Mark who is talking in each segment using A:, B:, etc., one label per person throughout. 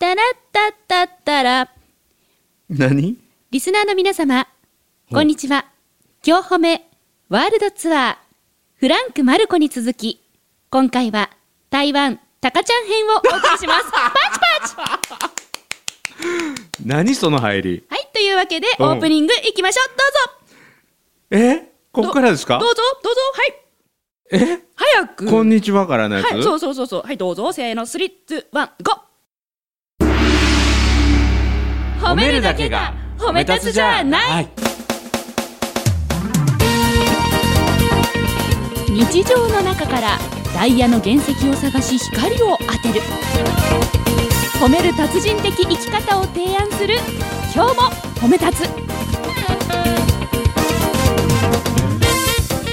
A: タラッタッタッタラ。
B: 何
A: リスナーの皆様、こんにちは。今日褒め、ワールドツアー、フランク・マルコに続き、今回は台湾、タカちゃん編をお送りし ます。パチパチ
B: 何その入り
A: はい、というわけで
B: うん
A: オープニングいきましょう。どうぞ
B: えこ
A: ど
B: こからですか
A: どうぞ、どうぞ、はい。
B: え
A: 早く。
B: こんにちはからのやつ、
A: はい、そうそうそうそう。はい、どうぞ。せーの、スリッツ、ワン、ゴー褒めるだけが褒め立つじゃない、
B: はい
A: 日常の中からダイヤの原石を探し光を当てる褒める達人的生き方を提案する今日も褒め立つ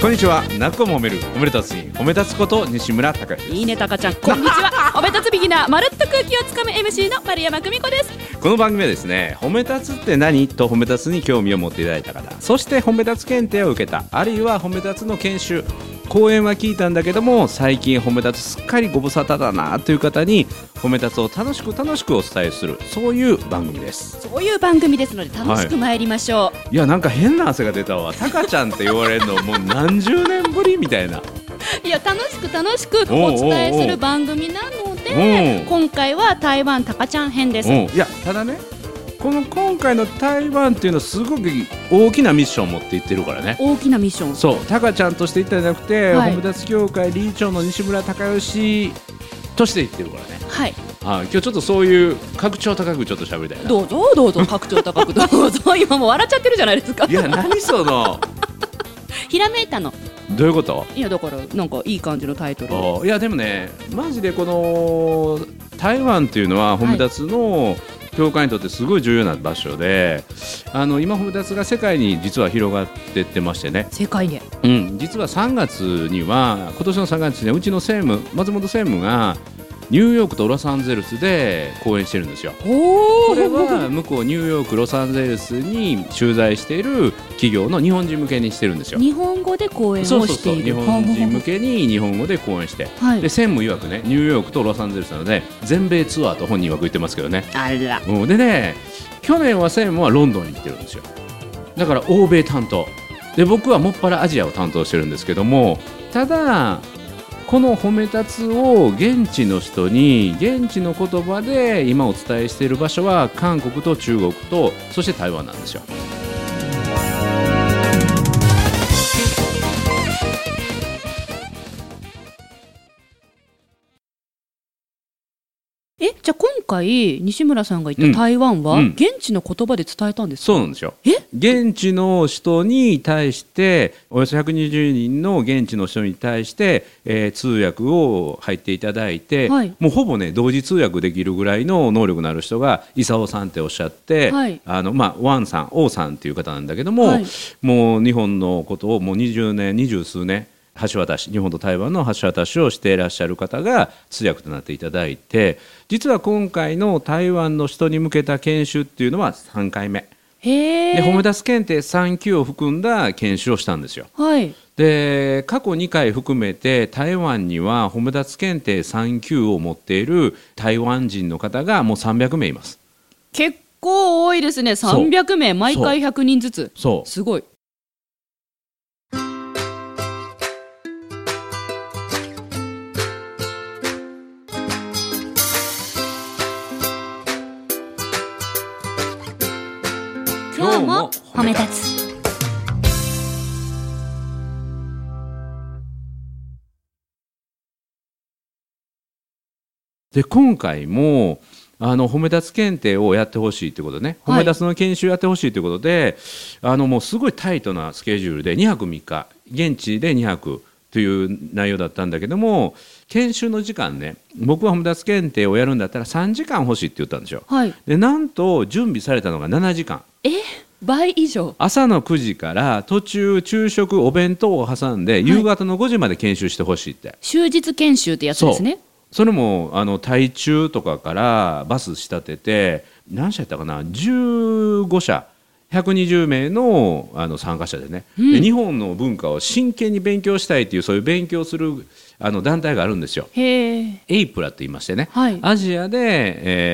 B: こんにちはなっこも褒める褒め立つに褒め立つこと西村隆也
A: いいねたかちゃんこんにちは褒め立つビギナーまるっと空気をつかむ MC の丸山久美子です
B: この番組はですね褒め立つって何と褒め立つに興味を持っていただいた方そして褒め立つ検定を受けたあるいは褒め立つの研修講演は聞いたんだけども最近褒め立つすっかりご無沙汰だなという方に褒め立つを楽しく楽しくお伝えするそういう番組です
A: そういう番組ですので楽しく参りましょう、
B: いやなんか変な汗が出たわタカちゃんって言われるのもう何十年ぶりみたいない
A: や楽しく楽しくお伝えする番組なの
B: おうお
A: で
B: う
A: 今回は台湾たかちゃん編です
B: うんいやただねこの今回の台湾っていうのはすごく大きなミッションを持っていってるからね
A: 大きなミッション
B: そうタカちゃんとして行ったんじゃなくて、
A: はい
B: 褒め立つ協会理事長の西村隆義として行ってるからね
A: はい
B: はい今日ちょっとそういう拡張高くちょっと喋りたいな
A: どうぞ どうぞ拡張高くどうぞ今もう笑っちゃってるじゃないですか
B: いや何その
A: ひらめいたの
B: どういうこと
A: いやだからなんかいい感じのタイトルを
B: あいやでもねマジでこの台湾っていうのは褒め立つの教会にとってすごい重要な場所で、あの今褒め立つが世界に実は広がってってましてね
A: 世界へ
B: うん、実は3月には今年の3月にはうちの専務松本専務がニューヨークとロサンゼルスで講演してるんですよ。
A: お
B: これは向こうニューヨークロサンゼルスに駐在している企業の日本人向けにしてるんですよ。
A: 日本語で講演を
B: そうそ
A: し
B: う
A: て
B: そう
A: い
B: 日
A: る
B: 本人向けに日本語で講演して、
A: はい
B: で専務曰くねニューヨークとロサンゼルスなので全米ツアーと本人曰く言ってますけどね、
A: あら
B: うん、でね去年は専務はロンドンに行ってるんですよだから欧米担当で僕はもっぱらアジアを担当してるんですけどもただこの褒め立つを現地の人に現地の言葉で今お伝えしている場所は韓国と中国とそして台湾なんですよ
A: えじゃあ今回西村さんが言った台湾は
B: うん
A: 現地の言葉で伝えたんですか
B: そうなんですよ
A: え
B: 現地の人に対しておよそ120人の現地の人に対して、えー通訳を入っていただいて、
A: はい
B: もうほぼね同時通訳できるぐらいの能力のある人が伊佐尾さんっておっしゃって、
A: はい
B: あのまあ、ワンさん王さんっていう方なんだけども、
A: はい
B: もう日本のことをもう20年二十数年橋渡し日本と台湾の橋渡しをしていらっしゃる方が通訳となっていただいて実は今回の台湾の人に向けた研修っていうのは3回目。
A: へ
B: で褒め
A: え
B: 出す検定3級を含んだ研修をしたんですよ。
A: はい
B: で過去2回含めて台湾には褒め立つ検定3級を持っている台湾人の方がもう300名います。
A: 結構多いですね
B: そう
A: 300名毎回100人ずつ
B: そう
A: すごい
B: 今日も褒め立
A: つ
B: で今回もあの褒め立つ検定をやってほしいということでね
A: は
B: 褒
A: い
B: め立つの研修やってほしいということで、あのもうすごいタイトなスケジュールで2泊3日現地で2泊という内容だったんだけども研修の時間ね僕は褒め立つ検定をやるんだったら3時間欲しいって言ったんですよ。
A: はい
B: でなんと準備されたのが7時間
A: え倍以上
B: 朝の9時から途中昼食お弁当を挟んで夕方の5時まで研修してほしいって、
A: 終日研修ってやつですね
B: それもあの台中とかからバス仕立てて何社やったかな15社120名のあの参加者でね、
C: うん
B: で日本の文化を真剣に勉強したいっていうそういう勉強するあの団体があるんですよ。
C: へえ。
B: エイプラって言いましてね、
C: はい
B: アジアで、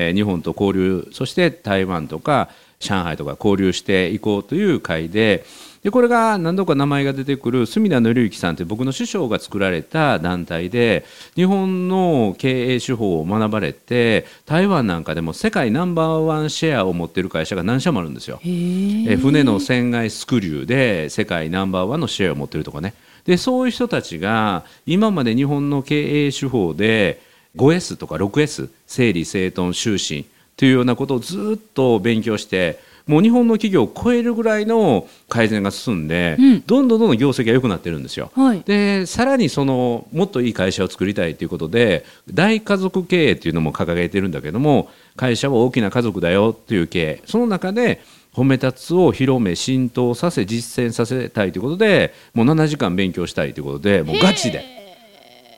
B: えー日本と交流そして台湾とか上海とか交流していこうという会ででこれが何度か名前が出てくる隅田紀之さんという僕の師匠が作られた団体で日本の経営手法を学ばれて台湾なんかでも世界ナンバーワンシェアを持っている会社が何社もあるんですよ。
C: へ
B: えー船の船外スクリューで世界ナンバーワンのシェアを持ってるとかねでそういう人たちが今まで日本の経営手法で 5S とか 6S 整理整頓終身というようなことをずっと勉強してもう日本の企業を超えるぐらいの改善が進んで、
C: うん
B: どんどんどんどん業績が良くなってるんですよ。
C: はい。
B: でさらにそのもっといい会社を作りたいということで大家族経営っていうのも掲げてるんだけども会社は大きな家族だよっていう経営その中で褒め立つを広め浸透させ実践させたいということでもう7時間勉強したいということでもうガチで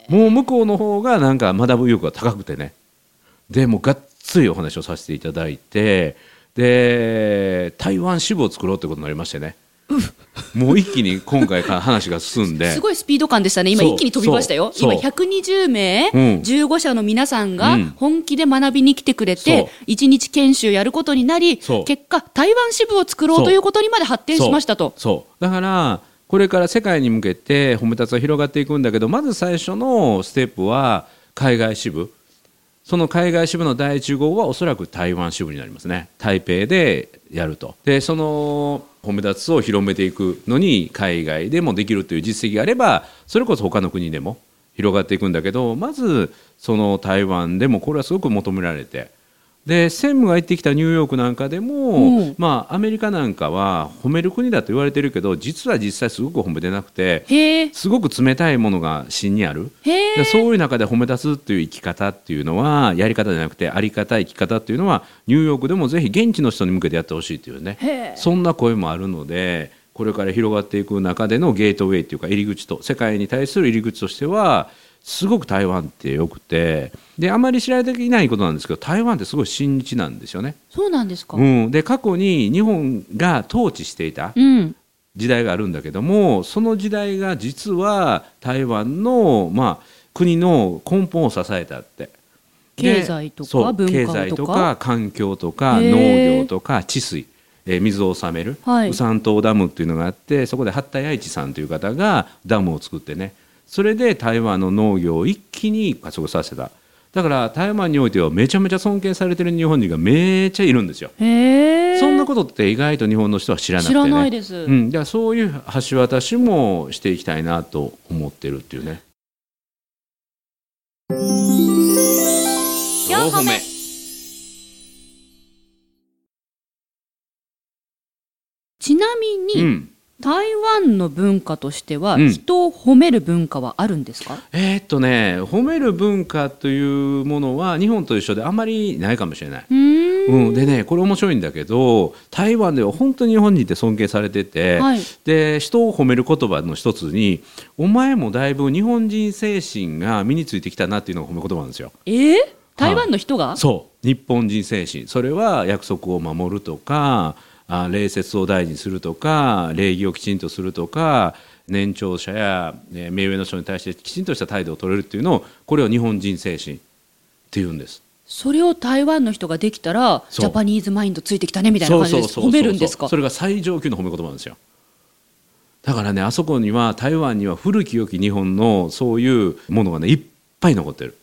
B: もう向こうの方がなんか学ぶ意欲が高くてねでもうがっつりお話をさせていただいてで台湾支部を作ろうということになりましてねもう一気に今回から話が進 んです
C: ごいスピード感でしたね。今
B: そう
C: 一気に飛びましたよ。
B: そう
C: 今120名、
B: うん
C: 15社の皆さんが
B: うん
C: 本気で学びに来てくれ
B: そ
C: て
B: う、
C: 1日研修やることになり、
B: そう
C: 結果、台湾支部を作ろうということにまで発展しましたと。
B: そうそうだからこれから世界に向けて褒め立つは広がっていくんだけどまず最初のステップは海外支部その海外支部の第1号はおそらく台湾支部になりますね台北でやるとでその褒め立つを広めていくのに海外でもできるという実績があればそれこそ他の国でも広がっていくんだけどまずその台湾でもこれはすごく求められてで専務が行ってきたニューヨークなんかでも、
C: うん
B: まあ、アメリカなんかは褒める国だと言われてるけど実は実際すごく褒めてなくて
C: へえ。
B: すごく冷たいものが芯にある。
C: へ
B: で
C: え。
B: そういう中で褒め立つっていう生き方っていうのはやり方じゃなくてあり方生き方っていうのはニューヨークでもぜひ現地の人に向けてやってほしいっていう
C: へ
B: ね
C: え
B: そんな声もあるのでこれから広がっていく中でのゲートウェイっていうか入り口と世界に対する入り口としてはすごく台湾ってよくてであまり知られていないことなんですけど台湾ってすごい親日なんですよね。
C: そうなんですか。
B: うん、で過去に日本が統治していた
C: うん。
B: 時代があるんだけどもその時代が実は台湾の、まあ、国の根本を支えたって。で
C: 経済とか
B: そう
C: 文化とか
B: 経済とか環境とか
C: へー
B: 農業とか治水、えー水を治める、
C: はい
B: 雨山東ダムっていうのがあってそこで八田八一さんという方がダムを作ってねそれで台湾の農業を一気に加速させただから台湾においてはめちゃめちゃ尊敬されてる日本人がめちゃいるんですよ。
C: へえ。
B: そんなことって意外と日本の人は知らなくて、
C: 知
B: ね、
C: らないです。
B: うん、だからそういう橋渡しもしていきたいなと思ってるっていうね。
C: 4歩目ちなみに、
B: うん、
C: 台湾の文化としては、
B: うん
C: 人を褒める文化はあるんですか
B: えーっとね褒める文化というものは日本と一緒であまりないかもしれない。
C: うーん
B: うん、でねこれ面白いんだけど台湾では本当に日本人って尊敬されてて、
C: はい
B: で人を褒める言葉の一つに「お前もだいぶ日本人精神が身についてきたな」っていうのが褒め言葉なんですよ。
C: えー台湾の人が、
B: そう日本人精神それは約束を守るとかあ礼節を大事にするとか礼儀をきちんとするとか年長者や、えー目上の人に対してきちんとした態度を取れるっていうのをこれを日本人精神っていうんです。
C: それを台湾の人ができたらジ
B: そう
C: ャパニーズマインドついてきたねみたいな感じで
B: そうそうそうそう
C: 褒めるんですか
B: それが最上級の褒め言葉なんですよだからねあそこには台湾には古き良き日本のそういうものがねいっぱい残ってる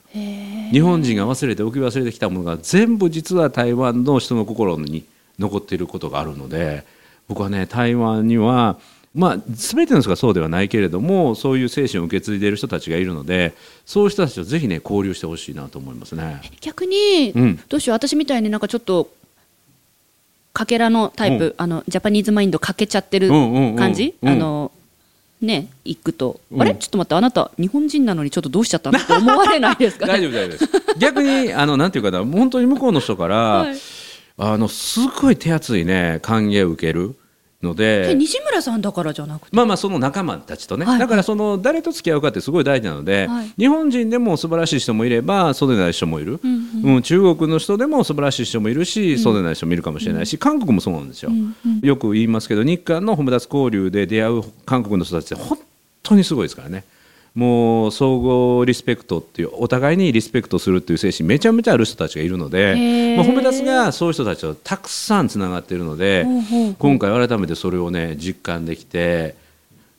B: 日本人が忘れて置き忘れてきたものが全部実は台湾の人の心に残っていることがあるので僕はね台湾にはまあ、全ての人がそうではないけれどもそういう精神を受け継いでいる人たちがいるのでそういう人たちとぜひね交流してほしいなと思いますね。
C: 逆に、
B: うん
C: どうしよう私みたいになんかちょっとかけらのタイプ、
B: うん
C: あのジャパニーズマインドかけちゃってる
B: うんうんうん
C: 感じ、
B: うん
C: あのね行くと、
B: うん
C: あれちょっと待ってあなた日本人なのにちょっとどうしちゃったのって思われない ですか
B: 大丈夫大丈夫です逆にあのなんていうかな本当に向こうの人から、
C: はい
B: あのすごい手厚いね歓迎を受けるので
A: 西村さんだからじゃなくて
B: まあまあその仲間たちとね、
A: はい
B: だからその誰と付き合うかってすごい大事なので、
A: はい
B: 日本人でも素晴らしい人もいればそうでない人もいる、
A: うん
B: うん中国の人でも素晴らしい人もいるし、そうでない人もいるかもしれないし、韓国もそうなんですよ、
A: うんうん
B: よく言いますけど日韓の褒め立つ交流で出会う韓国の人たちって本当にすごいですからねもう総合リスペクトっていうお互いにリスペクトするっていう精神めちゃめちゃある人たちがいるの
A: へ
B: で、
A: ー
B: まあ、褒め立つがそういう人たちとたくさんつながっているので
A: ほうほうほう
B: 今回改めてそれをね実感できて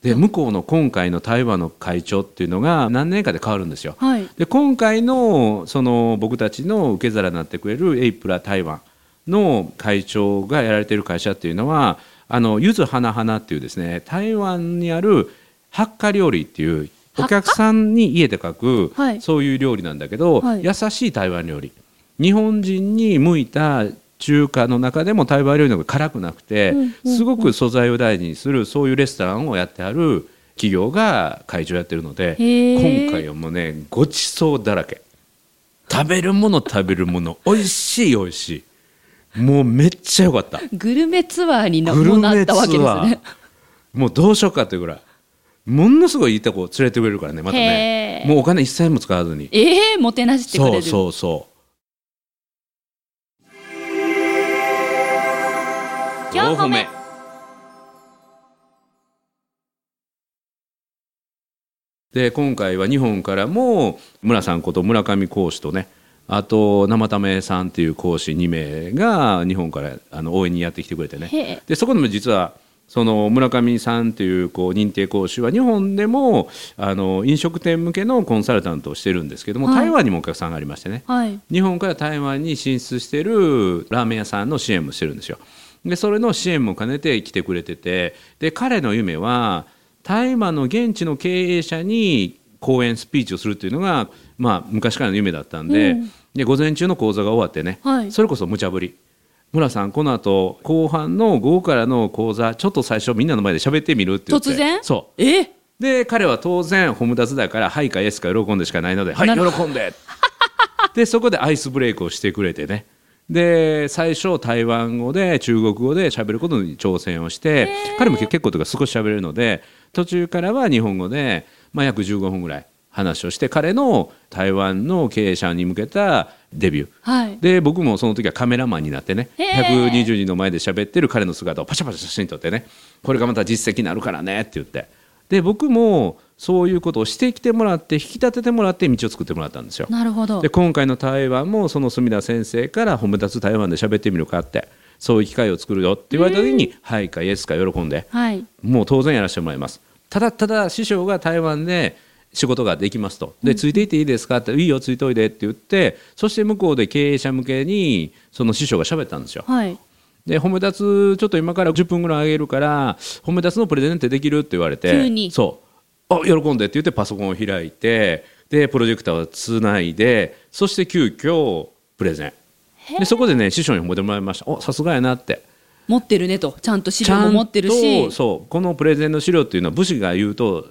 B: で向こうの今回の台湾の会長っていうのが何年かで変わるんですよ。
A: はい
B: で今回のその僕たちの受け皿になってくれるエイプラ台湾の会長がやられている会社っていうのはあのゆずはなはなっていうですね台湾にある発火料理っていうお客さんに家で書く、
A: はい
B: そういう料理なんだけど、
A: はい
B: 優しい台湾料理日本人に向いた中華の中でも台湾料理の方が辛くなくて、
A: うんうんうん
B: すごく素材を大事にするそういうレストランをやってある企業が会長やってるので
A: へー
B: 今回はもうねごちそうだらけ食べるもの食べるもの美味しい美味しいもうめっちゃ良かった
A: グルメツアーにな
B: グ
A: も
B: ル
A: なっ
B: メツ
A: た
B: ア
A: わけです
B: ー
A: ね
B: もうどうしようかっていうぐらいものすごいいいとこ連れてくれるからねまたね
A: へー
B: もうお金一切も使わずに
A: ええもてなしてくれ
B: そ
A: る
B: うそうそう
C: 4歩目
B: で今回は日本からも村さんこと村上講師とねあと生田目さんっていう講師2名が日本からあの応援にやってきてくれて
A: へ
B: ね
A: え
B: でそこでも実はその村上さんっていうこう認定講師は日本でもあの飲食店向けのコンサルタントをしてるんですけども、
A: はい
B: 台湾にもお客さんがありましてね、
A: はい
B: 日本から台湾に進出してるラーメン屋さんの支援もしてるんですよでそれの支援も兼ねて来てくれててで彼の夢は台湾の現地の経営者に講演スピーチをするっていうのが、まあ、昔からの夢だったんで,、
A: うん
B: で午前中の講座が終わってね、
A: はい
B: それこそ無茶ぶり村さんこの後後半の午後からの講座ちょっと最初みんなの前で喋ってみるって言って
A: 突然
B: そう
A: ええ
B: で彼は当然ホムダツだから「はい」か「イエス」か喜んでしかないので「はい
A: なる
B: 喜ん で」でそこでアイスブレイクをしてくれてねで最初台湾語で中国語で喋ることに挑戦をして彼も結構というか少し喋れるので途中からは日本語で、まあ、約15分ぐらい話をして彼の台湾の経営者に向けたデビュー
A: はい
B: で僕もその時はカメラマンになってね
A: へー
B: 120人の前で喋ってる彼の姿をパシャパシャ写真撮ってねこれがまた実績になるからねって言ってで僕もそういうことをしてきてもらって引き立ててもらって道を作ってもらったんですよ。
A: なるほど
B: で今回の台湾もその隅田先生から「褒め立つ台湾で喋ってみるか」ってそういう機会を作るよって言われた時に「はい」か「イエス」か喜んで
A: はい
B: もう当然やらせてもらいます。ただただ師匠が台湾で仕事ができますと。で、ついていっていいですかって、いいよ、ついといでって言って、そして向こうで経営者向けに、その師匠が喋ったんですよ。
A: はい
B: で、褒め立つ、ちょっと今から10分ぐらいあげるから、褒め立つのプレゼンってできるって言われて、
A: 急に
B: そう。あ、喜んでって言ってパソコンを開いて、で、プロジェクターをつないで、そして急遽、プレゼン。で、そこでね、師匠に褒めてもらいました。お、さすがやなって。
A: 持ってるねとちゃんと資
B: ち
A: 料
B: ゃ
A: も
B: ん
A: 持ってるし
B: とそうこのプレゼンの資料っていうのは武士が言うと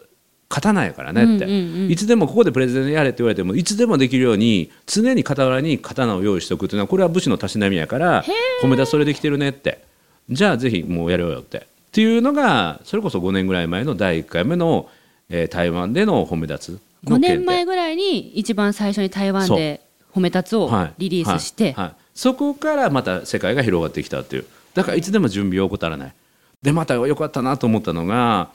B: 刀やからねって、
A: うんうんうん
B: いつでもここでプレゼンやれって言われてもいつでもできるように常に傍らに刀を用意しておくっていうのはこれは武士のたしなみやから米田それできてるねってじゃあぜひもうやろうよってっていうのがそれこそ5年ぐらい前の第1回目の、えー台湾での褒め立つ
A: 5
B: の件で
A: 年前ぐらいに一番最初に台湾で褒め立つを
B: はい
A: リリースして、
B: はいはいそこからまた世界が広がってきたっていうだからいつでも準備を怠らないでまた良かったなと思ったのが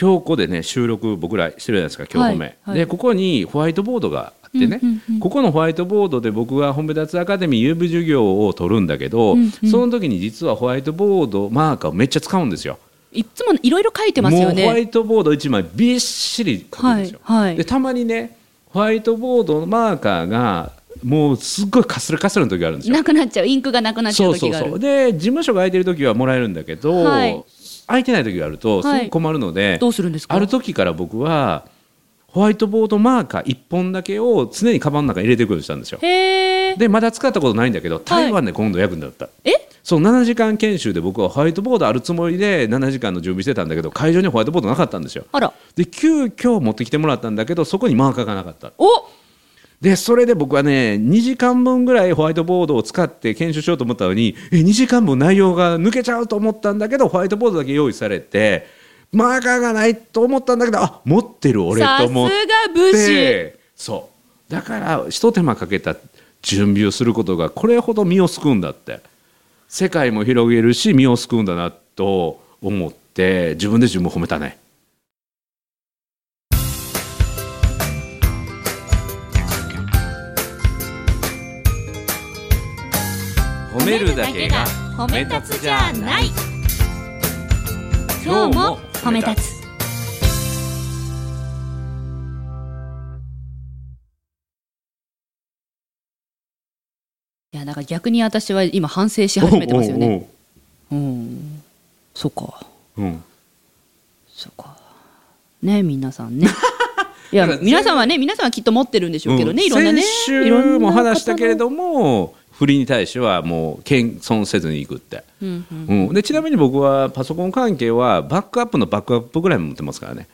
B: 今日ここでね収録僕らしてるじゃないですか今日褒め、
A: はいはい
B: でここにホワイトボードがあってね、
A: うんうんうん
B: ここのホワイトボードで僕が褒め立つアカデミー有部授業を取るんだけど、
A: うんうん
B: その時に実はホワイトボードマーカーをめっちゃ使うんですよ
A: い、っつもいろいろ書いてますよ
B: もうホワ
A: ね。
B: イトボード1枚びっしり書くんですよ、
A: はいはい
B: でたまにねホワイトボードのマーカーがもうすっごいカスラカスラの時があるんです よ
A: なくなっちゃうインクがなくなっちゃう時がある。
B: で事務所が空いてる時はもらえるんだけど、
A: はい
B: 空いてない時があるとすごく困るので、
A: どうするんですか。
B: ある時から僕はホワイトボードマーカー1本だけを常にカバンの中に入れてくるようにしたんですよ
A: へえ。
B: でまだ使ったことないんだけど台湾で今度役になった、
A: え
B: その7時間研修で僕はホワイトボードあるつもりで7時間の準備してたんだけど会場にホワイトボードなかったんですよ
A: あら
B: で急遽持ってきてもらったんだけどそこにマーカーがなかった
A: お
B: でそれで僕はね2時間分ぐらいホワイトボードを使って研修しようと思ったのにえ2時間分内容が抜けちゃうと思ったんだけどホワイトボードだけ用意されてマーカーがないと思ったんだけどあ持ってる俺と思って
A: さすが武士
B: そうだからひと手間かけた準備をすることがこれほど身を救うんだって世界も広げるし身を救うんだなと思って自分で自分を褒めたね褒めるだけが
C: 褒
B: め立つじゃない
C: 今日も褒め立つ
A: いやだから逆に私は今反省し始めてますよねうんそうか
B: おうおうおううん
A: そうかね皆さん ねいや
B: だから
A: 皆さんはね皆さんはきっと持ってるんでしょうけどね、
B: うん
A: いろんなね
B: 先
A: いろん
B: 週
A: な
B: も話したけれ
A: 方
B: ども振りに対してはもう謙遜せずにいくって、
A: のうんうん
B: うん、でちなみに僕はパソコン関係はバックアップのバックアップぐらいも持ってますからね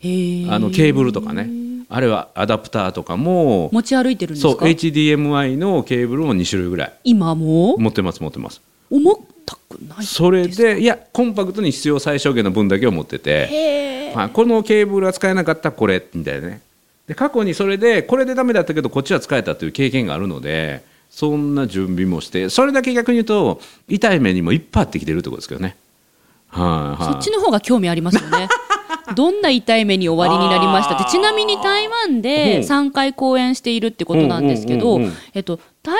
A: へー
B: あのケーブルとかねあれはアダプターとかも
A: 持ち歩いてるんで
B: そ
A: す
B: う
A: か
B: HDMI のケーブルも2種類ぐらい
A: 今も
B: 持ってます持ってます
A: 重たくない
B: それでいやコンパクトに必要最小限の分だけを持ってて、
A: へー
B: まあ、このケーブルは使えなかったらこれみたいなねで過去にそれでこれでダメだったけどこっちは使えたという経験があるのでそんな準備もしてそれだけ逆に言うと痛い目にもいっぱいあってきてるってことですけどねはいはい
A: そっちの方が興味ありますよ ねどんな痛い目に終わりになりましたって
B: あー
A: ちなみに台湾で
B: うん
A: 3回公演しているってことなんですけ
B: う
A: ど
B: んうんうんうん
A: えっと台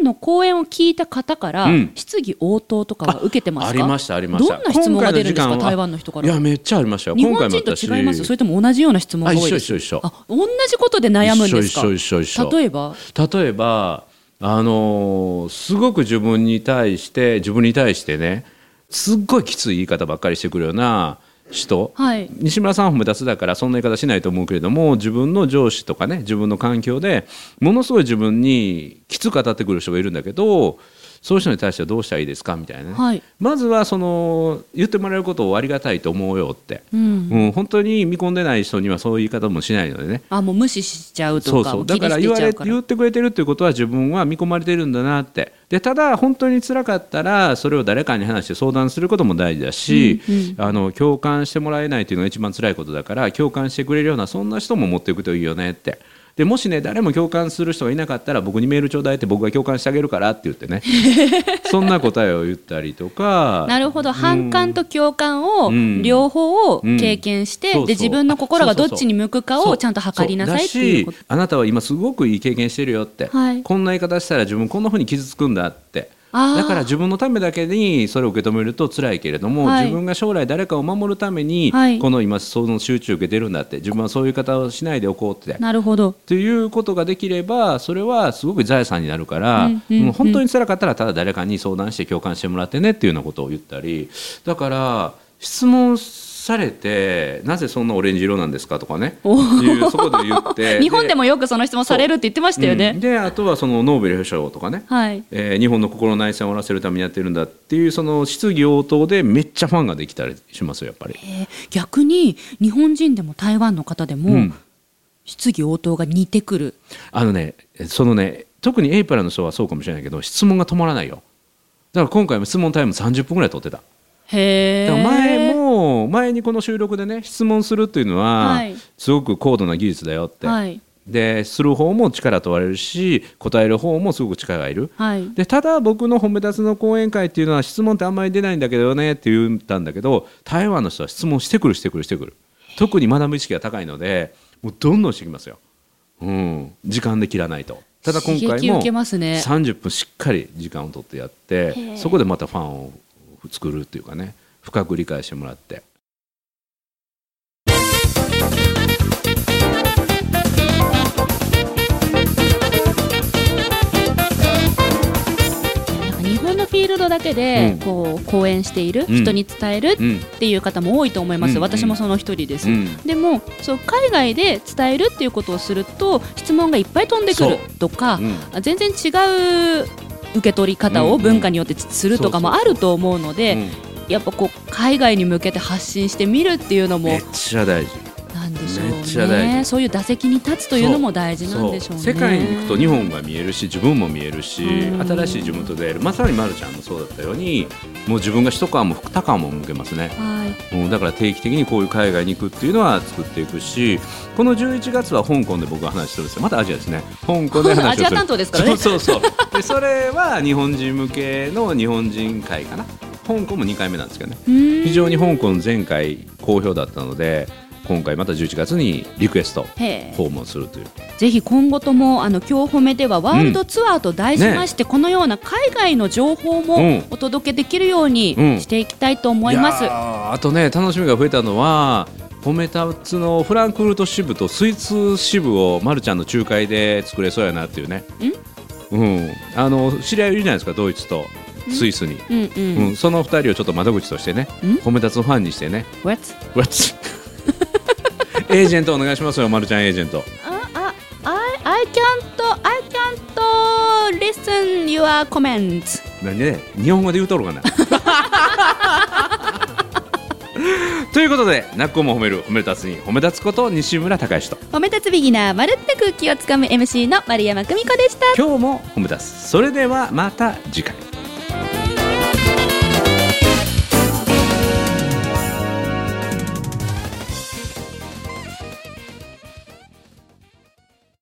A: 湾の公演を聞いた方から
B: うん
A: 質疑応答とかは受けてますか
B: ありましたありました
A: どんな質問が出るんです
B: 今
A: か
B: 回時間は
A: 台湾の人か
B: い
A: ら
B: やめっちゃありましたよ
A: 日
B: 今
A: 本
B: 回もあ
A: 人
B: ったし
A: と違いますそれとも同じような質問が
B: あ
A: 多い
B: 一緒
A: で
B: 一
A: す
B: 緒一緒
A: あ同じことで悩むんですか
B: 一緒一緒一緒
A: 例えば
B: 例えば、あのーすごく自分に対して自分に対してねすっごいきつい言い方ばっかりしてくるような人、
A: はい
B: 西村さんは褒め立つだからそんな言い方しないと思うけれども自分の上司とかね自分の環境でものすごい自分にきつく語ってくる人がいるんだけどそういう人に対してはどうしたらいいですかみたいなね、
A: はい
B: まずはその言ってもらえることをありがたいと思うよって、
A: うん
B: うん、本当に見込んでない人にはそういう言い方もしないのでね
A: あもう無視しちゃう
B: そ
A: と
B: う
A: か
B: そう
A: を
B: だ
A: 切
B: か
A: り捨
B: ら
A: て
B: 言わ
A: ちゃ
B: れ
A: うから
B: 言ってくれてるっていうことは自分は見込まれてるんだなってでただ本当に辛かったらそれを誰かに話して相談することも大事だし、あの共感してもらえないっていうのが一番辛いことだから共感してくれるようなそんな人も持っていくといいよねって。でもしね誰も共感する人がいなかったら僕にメールちょうだいって僕が共感してあげるからって言っ てねそんな答えを言ったりとか
A: なるほど反感と共感を
B: うん
A: 両方を
B: うん
A: 経験して、
B: そうそう
A: で自分の心がどっちに向くか
B: そ
A: を
B: う
A: ちゃんと測りなさいっていうこと
B: そだしあなたは今すごくいい経験してるよって、
A: はい
B: こんな言い方したら自分こんなふうに傷つくんだって
A: あー
B: だから自分のためだけにそれを受け止めると辛いけれども、
A: はい
B: 自分が将来誰かを守るために、
A: はい
B: この今その集中受けてるんだって自分はそういう言い方をしないでおこうって。
A: なるほど
B: ということができればそれはすごく財産になるから、
A: うんうんうん
B: もう本当に辛かったらただ誰かに相談して共感してもらってねっていうようなことを言ったりだから質問されてなぜそんなオレンジ色なんですかとかね
A: おー
B: いうそこで言っ て
A: 日本で
B: も
A: もよくその質問されるって言ってましたよね、
B: であとはそのノーベル賞とかね、
A: はい
B: えー日本の心の内戦を終わらせるためにやってるんだっていうその質疑応答でめっちゃファンができたりしますよやっぱり。
A: えー逆に日本人でも台湾の方でも、
B: うん
A: 質疑応答が似てくる
B: あのね、そのね、特にエイプラの人はそうかもしれないけど、質問が止まらないよ。だから今回も質問タイム30分ぐらい取ってた。
A: へ
B: だ
A: え
B: から前も、前にこの収録でね、質問するっていうのは、
A: はい
B: すごく高度な技術だよって。
A: はい
B: で、する方も力問われるし、答える方もすごく力がいる。
A: はい
B: でただ僕の褒め立つの講演会っていうのは質問ってあんまり出ないんだけどねって言ったんだけど台湾の人は質問してくるしてくるしてくる特に学ぶ意識が高いのでもうどんどんしてきますよ、うん、時間で切らないとただ今
A: 刺
B: 回
A: 激
B: も
A: 受けますね
B: 30分しっかり時間を取ってやってそこでまたファンを作るっていうかね深く理解してもらって
A: なんか日本のフィールドだけで、
B: うん
A: こう講演している、
B: うん
A: 人に伝える
B: うん
A: っていう方も多いと思います、
B: うんうん
A: 私もその一人です、
B: うん
A: でもそう海外で伝えるっていうことをすると質問がいっぱい飛んでくるとか、
B: うん
A: あ全然違う受け取り方
B: うんう
A: を
B: ん
A: 文化によってするとかもあると思うので、
B: うん
A: やっぱこう海外に向けて発信してみるっていうのも
B: めっちゃ大事
A: なんでしょうね
B: めっちゃ大事
A: そういう打席に立つというのも大事なんでしょうね
B: 世界に行くと日本が見えるし自分も見えるし
A: うん
B: 新しい自分と出会えるまさにまるちゃんもそうだったようにもう自分が一皮も二皮も向けますね、
A: はい
B: うん、だから定期的にこういう海外に行くっていうのは作っていくしこの11月は香港で僕が話してるんですよまたアジアですね香港で話をする
A: アジア担当ですからね
B: そうそうそうでそれは日本人向けの日本人会かな香港も2回目なんですけどね非
A: 非
B: 常に香港前回好評だったので今回また11月にリクエスト
A: へえ
B: 訪問するという
A: ぜひ今後ともあの今日褒めではワールドツアーと題しまして、このような海外の情報
B: う
A: も
B: ん
A: お届けできるように
B: うん
A: していきたいと思います。
B: やーあとね楽しみが増えたのは褒めたつのフランクフルト支部とスイーツ支部をまるちゃんの仲介で作れそうやなっていうねうんあの知り合いいるじゃないですかドイツとスイスに、
A: うん
B: う
A: うん
B: ん、その2人をちょっと窓口としてね
A: ん
B: 褒めたつのファンにしてね
A: What?
B: わ っちエージェントお願いしますよまるちゃんエージェント
A: ああ I I can't I can't listen your comments
B: 何ね日本語で言うとる かなということで「なっこも褒める褒め立つに褒め立つこと西村隆之と
A: 褒め立つビギナーまるって空気をつかむ MC の丸山久美子でした。
B: 今日も褒め立つそれではまた次回